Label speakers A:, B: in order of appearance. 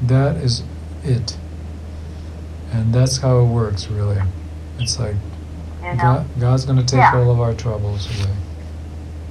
A: that is it. And that's how it works, really. It's like
B: You know?
A: God, God's going to take
B: Yeah.
A: all of our troubles away.